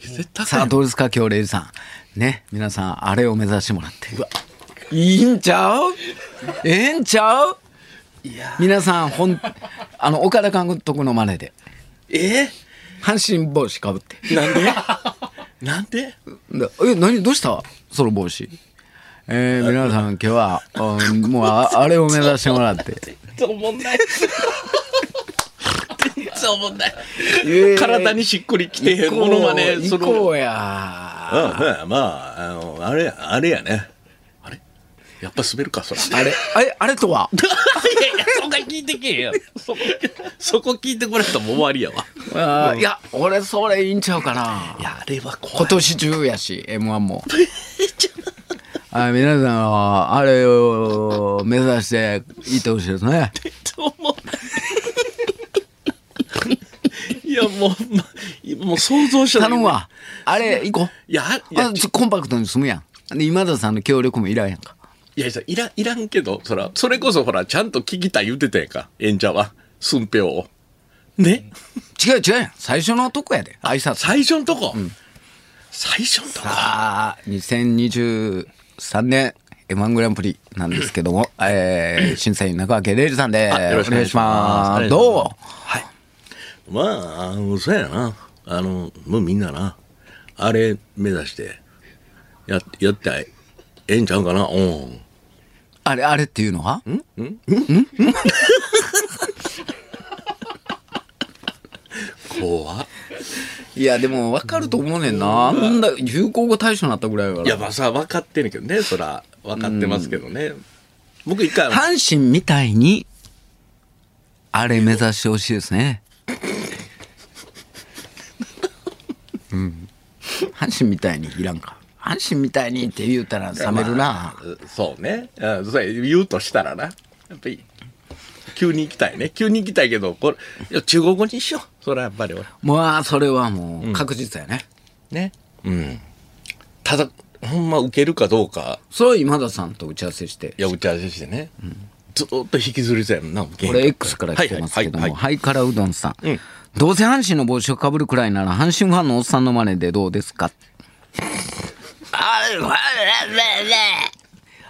[SPEAKER 4] 絶対
[SPEAKER 5] さあどうですか今日レイジさんね皆さんあれを目指してもらっていいんちゃうええんちゃう皆さんほんあの岡田監督の真似で
[SPEAKER 4] え
[SPEAKER 5] 阪神帽子かぶって
[SPEAKER 4] なんでなんで
[SPEAKER 5] でえ何どうしたその帽子えー、皆さん今日は、うんもうああれを目指してもらって
[SPEAKER 4] と思んない。全そうもんない
[SPEAKER 5] え。
[SPEAKER 4] 体にしっくりきてへんものまね
[SPEAKER 5] 行
[SPEAKER 4] する。
[SPEAKER 5] こ
[SPEAKER 4] うん
[SPEAKER 5] うや。
[SPEAKER 4] うんまあ、あの、あれや、あれやね。あれやっぱ滑るか、 そら。
[SPEAKER 5] あれ、あれ、あれ とは
[SPEAKER 4] いやいや、そこ聞いてけえやそこ、そこ聞いてこられたらもう終わりやわ。
[SPEAKER 5] あーいや、俺、それいいんちゃうかな。
[SPEAKER 4] いや、あれは怖
[SPEAKER 5] 今
[SPEAKER 4] い。
[SPEAKER 5] 年中 やし、M1 も。あ皆さんは、あれを目指していってほしいですね。
[SPEAKER 4] 思う。いや、もう、ま今もう想像しただけで
[SPEAKER 5] 頼むわ。あれ、行こう。
[SPEAKER 4] いや、あいや、
[SPEAKER 5] あ
[SPEAKER 4] ちょ
[SPEAKER 5] コンパクトに済むやん。で、今田さんの協力もいらんやんか。
[SPEAKER 4] いや、いらん、いらんけど、そら、それこそほら、ちゃんと聞きたい言うてたやんか、演者は。寸評を。ね
[SPEAKER 5] 違う違うやん。最初のとこやで。挨拶。さ
[SPEAKER 4] 最初んとこ。最初んとこ。
[SPEAKER 5] あ、2023年 M1 グランプリなんですけども、えー、審査員中脇玲二さんで
[SPEAKER 4] あよろし
[SPEAKER 5] お
[SPEAKER 4] くお願
[SPEAKER 5] 願い
[SPEAKER 4] い
[SPEAKER 5] し
[SPEAKER 4] し
[SPEAKER 5] ま。
[SPEAKER 4] ますす
[SPEAKER 5] どう
[SPEAKER 4] はい。まあ、あの、そうやな。あの、もうみんなな、あれ目指して、や、やったらええんちゃうかな。うん。
[SPEAKER 5] あれ、あれっていうのは
[SPEAKER 4] 怖っ
[SPEAKER 5] いや、でも分かると思うねんな。あんだ、流行語大賞になったぐらいやか
[SPEAKER 4] いや、
[SPEAKER 5] ら。
[SPEAKER 4] まあさ、分かってるけどね、そら、分かってますけどね。僕一回、
[SPEAKER 5] 阪神みたいに、あれ目指してほしいですね。うん。阪神みたいにいらんか。阪神みたいにって言うたら冷めるな。
[SPEAKER 4] うそうね。うんそうや言うとしたらな。やっぱり、急に行きたいね。急に行きたいけど、これ、いや中国語にしよう。それはやっぱり俺。
[SPEAKER 5] まあ、それはもう確実やね。
[SPEAKER 4] ね。うん。ただ、ほんま受けるかどうか、
[SPEAKER 5] それは今田さんと打ち合わせして
[SPEAKER 4] い。や、打ち合わせしてね。ずーっと引きずりそうやもんな、
[SPEAKER 5] これ X から来てますけど
[SPEAKER 4] はい
[SPEAKER 5] も、
[SPEAKER 4] はい
[SPEAKER 5] ハイカラうどんさん
[SPEAKER 4] うん。
[SPEAKER 5] どうせ阪神の帽子をかぶるくらいなら阪神ファンのおっさんの真似でどうですかあれ、あれ、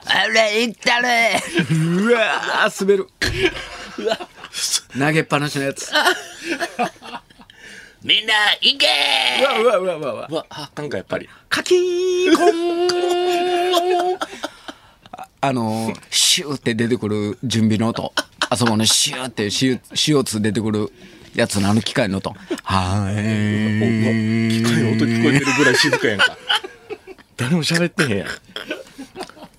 [SPEAKER 5] あれ、あれ、いったれ。うわー、滑る。投げっぱなしのやつ。
[SPEAKER 4] みんな、行け
[SPEAKER 5] うわうわうわうわうわ。
[SPEAKER 4] ーうわ、あかんか、やっぱり。
[SPEAKER 5] カキーンコンああのシューって出てくる準備の音あそこのシューってシュー CO2 出てくるやつのあの機械の音は
[SPEAKER 4] うわ
[SPEAKER 5] ー
[SPEAKER 4] 機
[SPEAKER 5] い
[SPEAKER 4] 械の音聞こえてるぐらい静かやん か誰も喋ってへんやん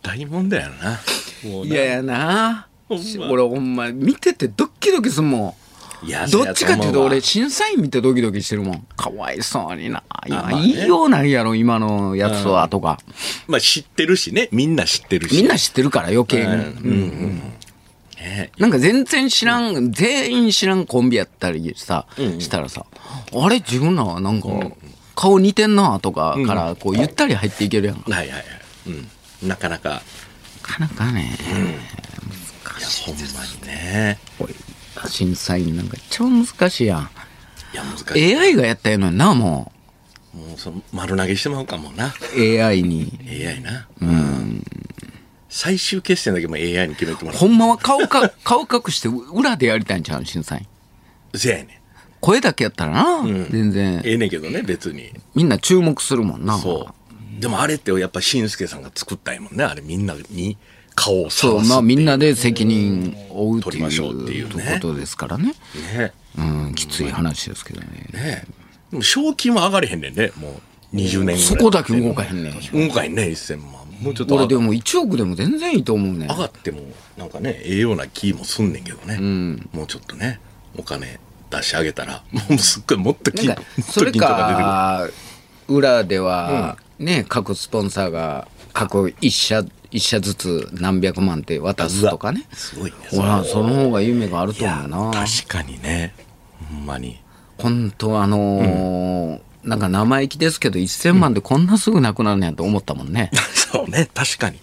[SPEAKER 4] 大問題やろなもう
[SPEAKER 5] い
[SPEAKER 4] な
[SPEAKER 5] ややな
[SPEAKER 4] ほんま
[SPEAKER 5] 俺ほんま見ててドキドキすんも
[SPEAKER 4] いや
[SPEAKER 5] んどっちかっていうと俺
[SPEAKER 4] そ
[SPEAKER 5] 審査員見てドキドキしてるもんかわいそうにな
[SPEAKER 4] ま
[SPEAKER 5] 今
[SPEAKER 4] あね
[SPEAKER 5] いいようないやろ今のやつはとか
[SPEAKER 4] やと思うわまあ知ってるしねみんな知ってるし
[SPEAKER 5] みんな知ってるから余計に
[SPEAKER 4] ね
[SPEAKER 5] なんか全然知らん、全員知らんコンビやったりさ、したらさ、あれ自分らはなんか、顔似てんなとかから、こう、ゆったり入っていけるやん。な
[SPEAKER 4] はいはいはい、うん、なかなか
[SPEAKER 5] かなかね、
[SPEAKER 4] ほんまにね
[SPEAKER 5] これ審査員なんか超難しいやん。
[SPEAKER 4] いや難しい
[SPEAKER 5] AI がやったやのにな、も
[SPEAKER 4] もうその丸投げしてまうかもな
[SPEAKER 5] う。AI に。
[SPEAKER 4] AI なうん、最終決戦だけも AI に決めてもら
[SPEAKER 5] ほんまは顔 か、顔隠して裏でやりたいんちゃう審査員。
[SPEAKER 4] うせやねん
[SPEAKER 5] 声だけやったらな、全然。
[SPEAKER 4] ええねんけどね別に
[SPEAKER 5] みんな注目するもんな。
[SPEAKER 4] そう。でもあれってやっぱ紳助さんが作ったんやもんね。あれみんなに顔をさ
[SPEAKER 5] そう、まあみんなで責任を負うっ
[SPEAKER 4] 取
[SPEAKER 5] てい
[SPEAKER 4] り
[SPEAKER 5] う
[SPEAKER 4] ましょうっていうね
[SPEAKER 5] ことですからね。
[SPEAKER 4] ね
[SPEAKER 5] うん、きつい話ですけどね。
[SPEAKER 4] ねでも賞金は上がれへんねんね。もう20年ぐらい。
[SPEAKER 5] そこだけ動かへんねん。
[SPEAKER 4] 動かへんね、1000万。もうちょっと
[SPEAKER 5] 俺で
[SPEAKER 4] 上が
[SPEAKER 5] も1億でも全然いいと思うねん。
[SPEAKER 4] 上がっても、なんかね、ええような気もすんねんけどね。もうちょっとね、お金出し上げたら、もうすっごいもっと
[SPEAKER 5] なん
[SPEAKER 4] 金、も
[SPEAKER 5] か
[SPEAKER 4] っ、
[SPEAKER 5] そ
[SPEAKER 4] と
[SPEAKER 5] れ
[SPEAKER 4] 金とか
[SPEAKER 5] か、裏では、ね、各スポンサーが、各一社、一社ずつ何百万って渡
[SPEAKER 4] 出てく
[SPEAKER 5] す
[SPEAKER 4] る。
[SPEAKER 5] とかね
[SPEAKER 4] うわ。すごいね。
[SPEAKER 5] ほら、その方が夢があると思う
[SPEAKER 4] いや
[SPEAKER 5] な。
[SPEAKER 4] 確かにね。ほんま に。
[SPEAKER 5] 本当あのー、なんか生意気ですけど、1000万でこんなすぐなくなるんやと思ったもん ね。
[SPEAKER 4] そうね、確かに。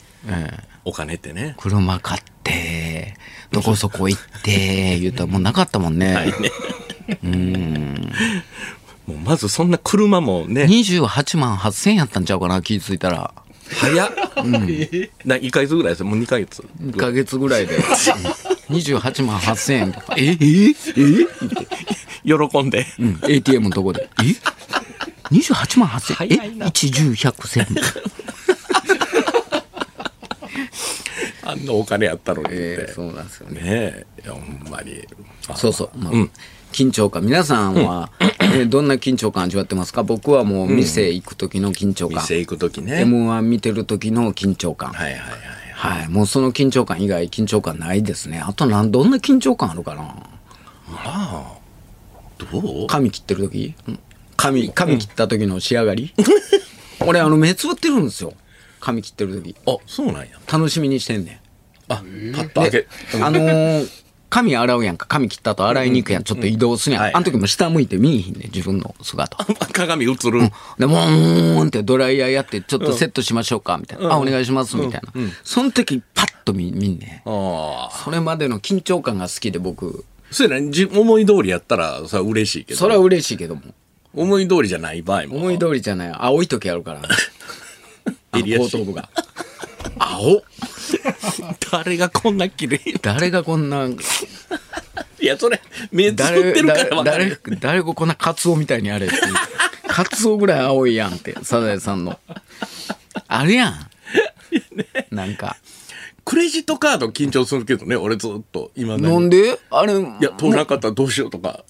[SPEAKER 4] お金ってね。
[SPEAKER 5] 車買って、どこそこ行 って、言うたらもうなかったもんね。
[SPEAKER 4] もうまずそんな車もね、
[SPEAKER 5] 28万8000円やったんちゃうかな気付いたら
[SPEAKER 4] 早っ、な1ヶ月ぐらいですよもう2ヶ月
[SPEAKER 5] 1ヶ月ぐら いで28万8000円 ええ
[SPEAKER 4] 喜んで、
[SPEAKER 5] え ATM のとこでえ28万8000円え一1 1 0 0 1 0 0 0
[SPEAKER 4] あんなお金やったのにって。
[SPEAKER 5] ええそうなんですよね
[SPEAKER 4] ねえ、いやほんまに。まあ
[SPEAKER 5] そうそう、まあ緊張感皆さんは、えーどんな緊張感味わってますか僕はもう店行く時の緊張感、
[SPEAKER 4] 店行く時ね。
[SPEAKER 5] m 1見てる時の緊張感
[SPEAKER 4] はいはいはい。
[SPEAKER 5] はい、もうその緊張感以外緊張感ないですねあとなんどんな緊張感あるかな
[SPEAKER 4] どう
[SPEAKER 5] 髪切ってる時うん髪髪切った時の仕上が り、俺あの目つぶってるんですよ髪切ってる時
[SPEAKER 4] あ、そうなんや。
[SPEAKER 5] 楽しみにしてんねん
[SPEAKER 4] あ、パッと開け。
[SPEAKER 5] あのー髪洗うやんか髪切った後洗いに行くやんちょっと移動するやん、
[SPEAKER 4] はい
[SPEAKER 5] あの時も下向いて見えへんねん自分の姿
[SPEAKER 4] 鏡映る。
[SPEAKER 5] で、もーんってドライヤーやって、ちょっとセットしましょうか、みたいな。あ、お願いします、みたいな。その時、パッと見、見んね。
[SPEAKER 4] ああ。
[SPEAKER 5] それまでの緊張感が好きで、僕。
[SPEAKER 4] そうやな、じ思い通りやったら、それは嬉しいけど。
[SPEAKER 5] それは嬉しいけども。
[SPEAKER 4] 思い通りじゃない場合も。
[SPEAKER 5] 思い通りじゃない。青い時ある から。あの
[SPEAKER 4] 襟足
[SPEAKER 5] 後頭部が。 青
[SPEAKER 4] 誰がこんな綺麗
[SPEAKER 5] 誰がこんな、
[SPEAKER 4] いや、それ、目つぶ
[SPEAKER 5] 誰、
[SPEAKER 4] ってるからわかる
[SPEAKER 5] 誰
[SPEAKER 4] よ。、
[SPEAKER 5] 誰がこんなカツオみたいにあれ って。カツオぐらい青いやんって、サザエさんの。あるやん。なんか。
[SPEAKER 4] クレジットカード緊張するけどね、俺ずっと、今
[SPEAKER 5] な
[SPEAKER 4] 何
[SPEAKER 5] ん
[SPEAKER 4] い
[SPEAKER 5] であれ、
[SPEAKER 4] や、通らなかったらどうしようとか。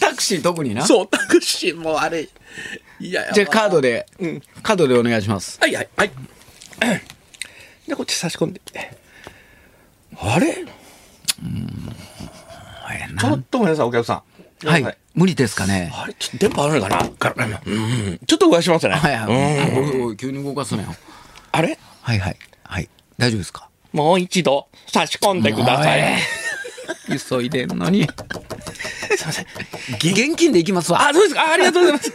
[SPEAKER 5] タクシー特にな。
[SPEAKER 4] そう、タクシーもあれ、いや、
[SPEAKER 5] じゃあカードで、カードでお願いします。
[SPEAKER 4] はいはいはい。で、こっち差し込んで。あれちょっとごめんなさい、お客さん。ご
[SPEAKER 5] は
[SPEAKER 4] めんなさ
[SPEAKER 5] い。無理ですかね。
[SPEAKER 4] あれちょっと電波あるのかなからうんちょっとお会いしますね。
[SPEAKER 5] はいはい。
[SPEAKER 4] うん
[SPEAKER 5] おいおい急に動かすなよ。
[SPEAKER 4] あれ
[SPEAKER 5] はいはい。はい。大丈夫ですか
[SPEAKER 4] もう一度差し込んでください。
[SPEAKER 5] 急いでんのに。
[SPEAKER 4] すいません。
[SPEAKER 5] 現金で行きますわ。
[SPEAKER 4] あ、そうですか。あありがとうございます。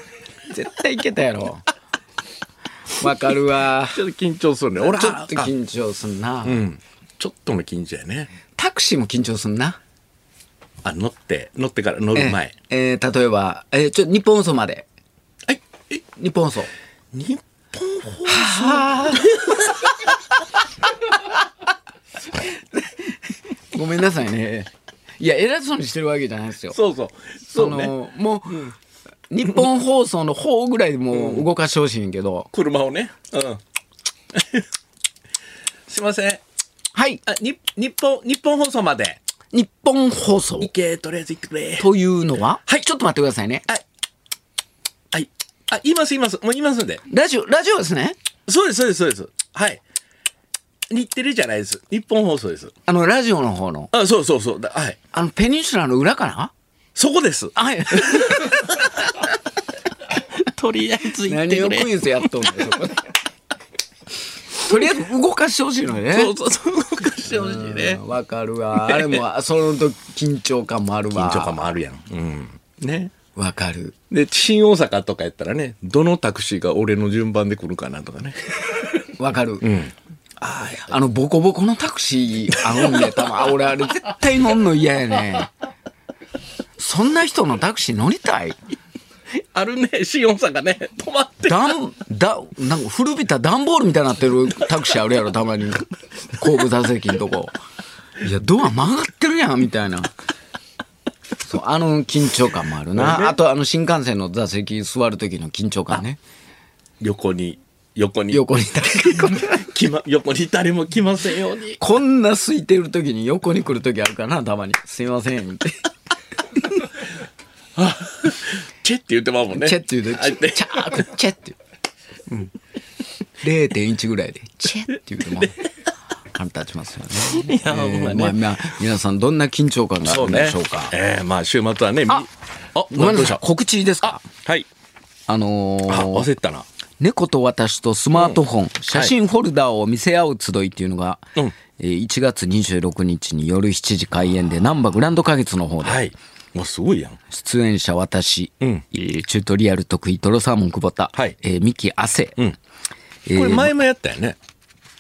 [SPEAKER 5] 絶対行けたやろ。わかるわ。
[SPEAKER 4] ちょっと緊張するね。俺
[SPEAKER 5] ちょっと緊張すんな。
[SPEAKER 4] うん。ちょっとの緊張やね。
[SPEAKER 5] タクシーも緊張すんな。
[SPEAKER 4] あ、乗って、乗ってから乗る前。
[SPEAKER 5] えー例えば、えーちょ、日本放送まで。
[SPEAKER 4] はい。え、
[SPEAKER 5] 日本放送。
[SPEAKER 4] 日本放送
[SPEAKER 5] ごめんなさいね。いや、偉そうにしてるわけじゃないですよ。
[SPEAKER 4] そうそう。そ
[SPEAKER 5] そう
[SPEAKER 4] ね。
[SPEAKER 5] のもう、日本放送の方ぐらいもう動かしてほしいんやけど、
[SPEAKER 4] 車をね。うん。 すいません。
[SPEAKER 5] はい
[SPEAKER 4] あ、に、日本、日本放送まで。
[SPEAKER 5] 日本放送
[SPEAKER 4] 行け、とりあえず行ってくれ。
[SPEAKER 5] というのは、はい、ちょっと待ってくださいね
[SPEAKER 4] はい。あ、言います、言います。もう言いますんで。
[SPEAKER 5] ラジオラジオですね
[SPEAKER 4] そうです、そうです、そうです。はい。日テレじゃないです。日本放送です。
[SPEAKER 5] あのラジオの方の
[SPEAKER 4] あ、そうそうそう。だはい。
[SPEAKER 5] あのペニンシュラの裏かな
[SPEAKER 4] そこです。
[SPEAKER 5] はい
[SPEAKER 4] とりあえず
[SPEAKER 5] 何をクイズやっとんだよそこでとりあえず動かしてほしいのよね
[SPEAKER 4] そうそうそう、動かしてほしいね。
[SPEAKER 5] うんわかるわあれもあその時緊張感もあるわ
[SPEAKER 4] もあるやん。うん。ね。
[SPEAKER 5] わかる
[SPEAKER 4] で、新大阪とかやったらね、どのタクシーが俺の順番で来るかなとかね。
[SPEAKER 5] わかる、あーあのボコボコのタクシーあうんねたま俺あれ絶対乗んの嫌やねそんな人のタクシー乗りたい
[SPEAKER 4] あるね、新大阪ね。止まって。
[SPEAKER 5] だんだなんか古びた段ボールみたいになってるタクシーあるやろたまに後部座席のとこいやドア曲がってるやんみたいなそうあの緊張感もあるな、あとあの新幹線の座席座る時の緊張感ね
[SPEAKER 4] 横に、横 に。
[SPEAKER 5] 横にタクシー
[SPEAKER 4] 来ま、横に誰も来ませんように。
[SPEAKER 5] こんな空いてる時に横に来る時あるかなたまに「すいません」って
[SPEAKER 4] チェって言ってまうもんね。
[SPEAKER 5] チェって言う
[SPEAKER 4] あえ
[SPEAKER 5] と、
[SPEAKER 4] て
[SPEAKER 5] チャーって、チェって言う。0.1ぐらいで、チェって言うと、まあ、腹立ちますよね。い
[SPEAKER 4] やほんまね
[SPEAKER 5] まあ、まあ、皆さん、どんな緊張感があ
[SPEAKER 4] そ
[SPEAKER 5] る
[SPEAKER 4] うん
[SPEAKER 5] で
[SPEAKER 4] ね
[SPEAKER 5] しょうか。。
[SPEAKER 4] ええ、まあ週末はね、み
[SPEAKER 5] あ
[SPEAKER 4] あ、
[SPEAKER 5] ごめん
[SPEAKER 4] ど
[SPEAKER 5] な
[SPEAKER 4] うし
[SPEAKER 5] さい
[SPEAKER 4] た、
[SPEAKER 5] 告知いいですか。
[SPEAKER 4] はい。
[SPEAKER 5] あのー
[SPEAKER 4] あ、焦ったな。
[SPEAKER 5] 猫と私とスマートフォン、写真フォルダーを見せ合う集いっていうのが、
[SPEAKER 4] うん
[SPEAKER 5] えー1月26日に夜7時開演で、なんばグランド花月の方で、
[SPEAKER 4] はい。もうすごいやん。
[SPEAKER 5] 出演者私、
[SPEAKER 4] ん
[SPEAKER 5] えーチュートリアル得意、トロサーモン久保田、
[SPEAKER 4] はい
[SPEAKER 5] えーミキ汗、
[SPEAKER 4] うん。こ
[SPEAKER 5] えー
[SPEAKER 4] れ前もやったよね。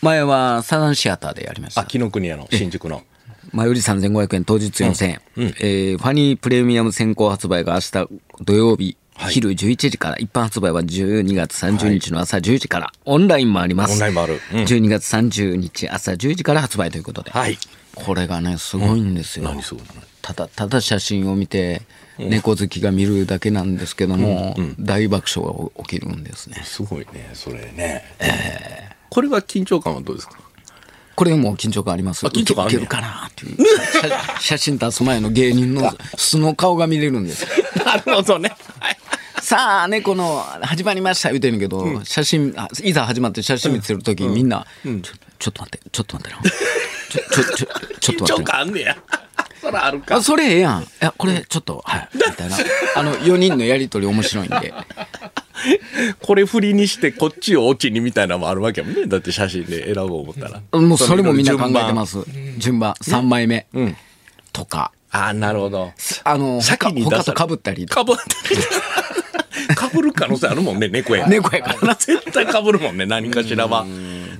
[SPEAKER 5] 前はサザンシアターでやりまし
[SPEAKER 4] あ、
[SPEAKER 5] た。
[SPEAKER 4] 紀ノ国屋の新宿の。
[SPEAKER 5] 前より3500円、当日4000円。えーファニープレミアム先行発売が明日土曜日、
[SPEAKER 4] はい
[SPEAKER 5] 昼11時から、一般発売は12月30日の朝10時から、オンラインもあります。
[SPEAKER 4] オンラインもあるうん
[SPEAKER 5] 12月30日朝10時から発売ということで。
[SPEAKER 4] はい。
[SPEAKER 5] これがね、すごいんですよ。
[SPEAKER 4] 何すごいの
[SPEAKER 5] ただ、ただ写真を見て、猫好きが見るだけなんですけども、大爆笑が起きるんですね。
[SPEAKER 4] すごいね、それね。これは緊張感はどうです か
[SPEAKER 5] これもう緊張感あります
[SPEAKER 4] あ緊張感ある
[SPEAKER 5] 受
[SPEAKER 4] ね
[SPEAKER 5] けるかなっていう写 写真出す前の芸人の素の顔が見れるん です
[SPEAKER 4] なるほどね。
[SPEAKER 5] さあ猫の始まりました言うてんねんけど、写真あいざ始まって写真見せる時、みんな、ちょちょっと待ってちょっと待ってなちょちょちょちょ
[SPEAKER 4] 緊
[SPEAKER 5] っと
[SPEAKER 4] 張
[SPEAKER 5] 待ってな
[SPEAKER 4] 感あんねや。 そらあるか。
[SPEAKER 5] あそれええやんいやこれちょっとはいみたいなあの4人のやり取り面白いん で
[SPEAKER 4] これ振りにしてこっちをオチにみたいなのもあるわけやもんね。だって写真で選ぼう思ったら。。
[SPEAKER 5] もうそれもみんな考えてますす順番3枚目、とか
[SPEAKER 4] あ、なるほど。
[SPEAKER 5] あの
[SPEAKER 4] 先
[SPEAKER 5] 他
[SPEAKER 4] に出され
[SPEAKER 5] 他とかぶったり
[SPEAKER 4] かぶったり。かぶる可能性あるもんね、猫や。
[SPEAKER 5] 猫やから
[SPEAKER 4] な。絶対かぶるもんね、何かしらは。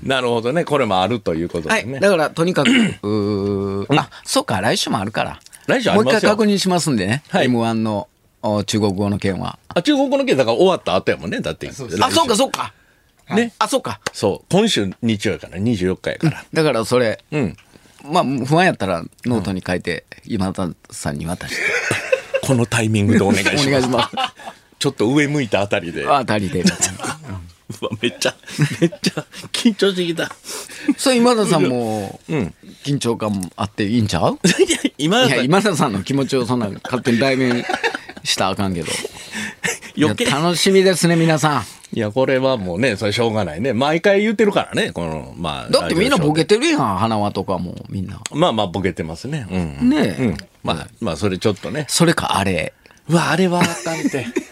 [SPEAKER 4] なるほどね、これもあるということ
[SPEAKER 5] は
[SPEAKER 4] で
[SPEAKER 5] い、
[SPEAKER 4] ね。
[SPEAKER 5] だからとにかく、うーあそうか、来週もあるから、
[SPEAKER 4] 来週あり
[SPEAKER 5] も
[SPEAKER 4] ま
[SPEAKER 5] う
[SPEAKER 4] すよ
[SPEAKER 5] 一回確認しますんでね、
[SPEAKER 4] はい
[SPEAKER 5] m 1のお中国語の件は。
[SPEAKER 4] あ中国の件だから終わった後やもんね、だって。あ、
[SPEAKER 5] あ、そうか、。そうか、
[SPEAKER 4] ね。
[SPEAKER 5] あ、そうか、
[SPEAKER 4] そう、今週日曜やから、24日やから。
[SPEAKER 5] だからそれ、
[SPEAKER 4] うん。
[SPEAKER 5] まあ、不安やったらノートに書いて、今田さんに 渡して、
[SPEAKER 4] このタイミングでお願いします。
[SPEAKER 5] お願いします
[SPEAKER 4] ちょっと上向いたあたりで。うわ、
[SPEAKER 5] あたりで。
[SPEAKER 4] めっちゃ、めっちゃ緊張してきた。
[SPEAKER 5] そう、今田さんも、緊張感もあっていいんちゃう
[SPEAKER 4] いや、今
[SPEAKER 5] いや、
[SPEAKER 4] 田さん
[SPEAKER 5] 今田さんの気持ちをそんな勝手に代弁したらあかんけど。いや
[SPEAKER 4] 余計。
[SPEAKER 5] 楽しみですね、皆さん。
[SPEAKER 4] いや、これはもうね、それしょうがないね。毎回言ってるからね、この、まあ。
[SPEAKER 5] だってみんなボケ
[SPEAKER 4] て。
[SPEAKER 5] てるやん、花輪とかも、みんな。
[SPEAKER 4] まあまあ、ボケてますね。うん。
[SPEAKER 5] ねえ。
[SPEAKER 4] うん。まあ、まあ、それちょっとね。
[SPEAKER 5] それか、あれ。
[SPEAKER 4] うわ、あれはあかんて。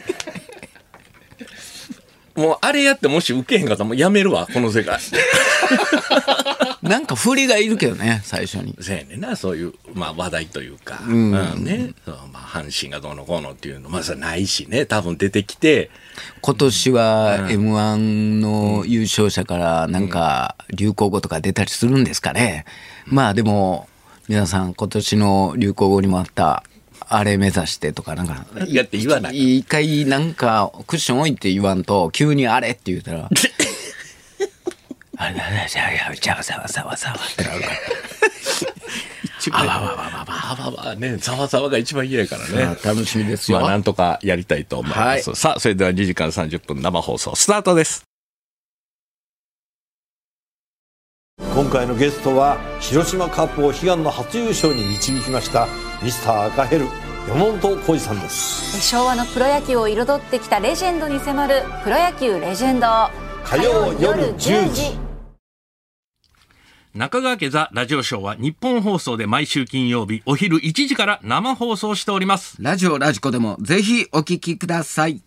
[SPEAKER 4] もう、あれやって、もし受けへんかったら、もうやめるわ、この世界。
[SPEAKER 5] なんか振りがいるけどね、最初に。
[SPEAKER 4] せやねんな、そういう、まあ、話題というか、うんね、そうまあ、阪神がどうのこうのっていうの、まあ、それないしね、多分出てきて、
[SPEAKER 5] 今年は M1 の優勝者からなんか流行語とか出たりするんですかね。まあでも、皆さん今年の流行語にもあった、あれ目指してとかなんか、
[SPEAKER 4] やって言わない。
[SPEAKER 5] 一回なんかクッション置いて言わんと、急にあれって言うたら、あれだね、じゃあ、やゃあ、ざわざわざわってなるから。
[SPEAKER 4] あわわわわわわわね、ざわざわが一番嫌やからね。
[SPEAKER 5] 楽しみです
[SPEAKER 4] まあ、
[SPEAKER 5] よ。
[SPEAKER 4] なんとかやりたいと思います。さあ、それでは2時間30分生放送スタートです。
[SPEAKER 1] 今回のゲストは広島カップを悲願の初優勝に導きましたミスター赤ヘル山本浩二さんです
[SPEAKER 2] 昭和のプロ野球を彩ってきたレジェンドに迫る「プロ野球レジェンド」
[SPEAKER 1] 火曜夜10時
[SPEAKER 6] 中川家ザラジオショーは日本放送で毎週金曜日お昼1時から生放送しております。
[SPEAKER 5] ラジオラジコでもぜひお聞きください。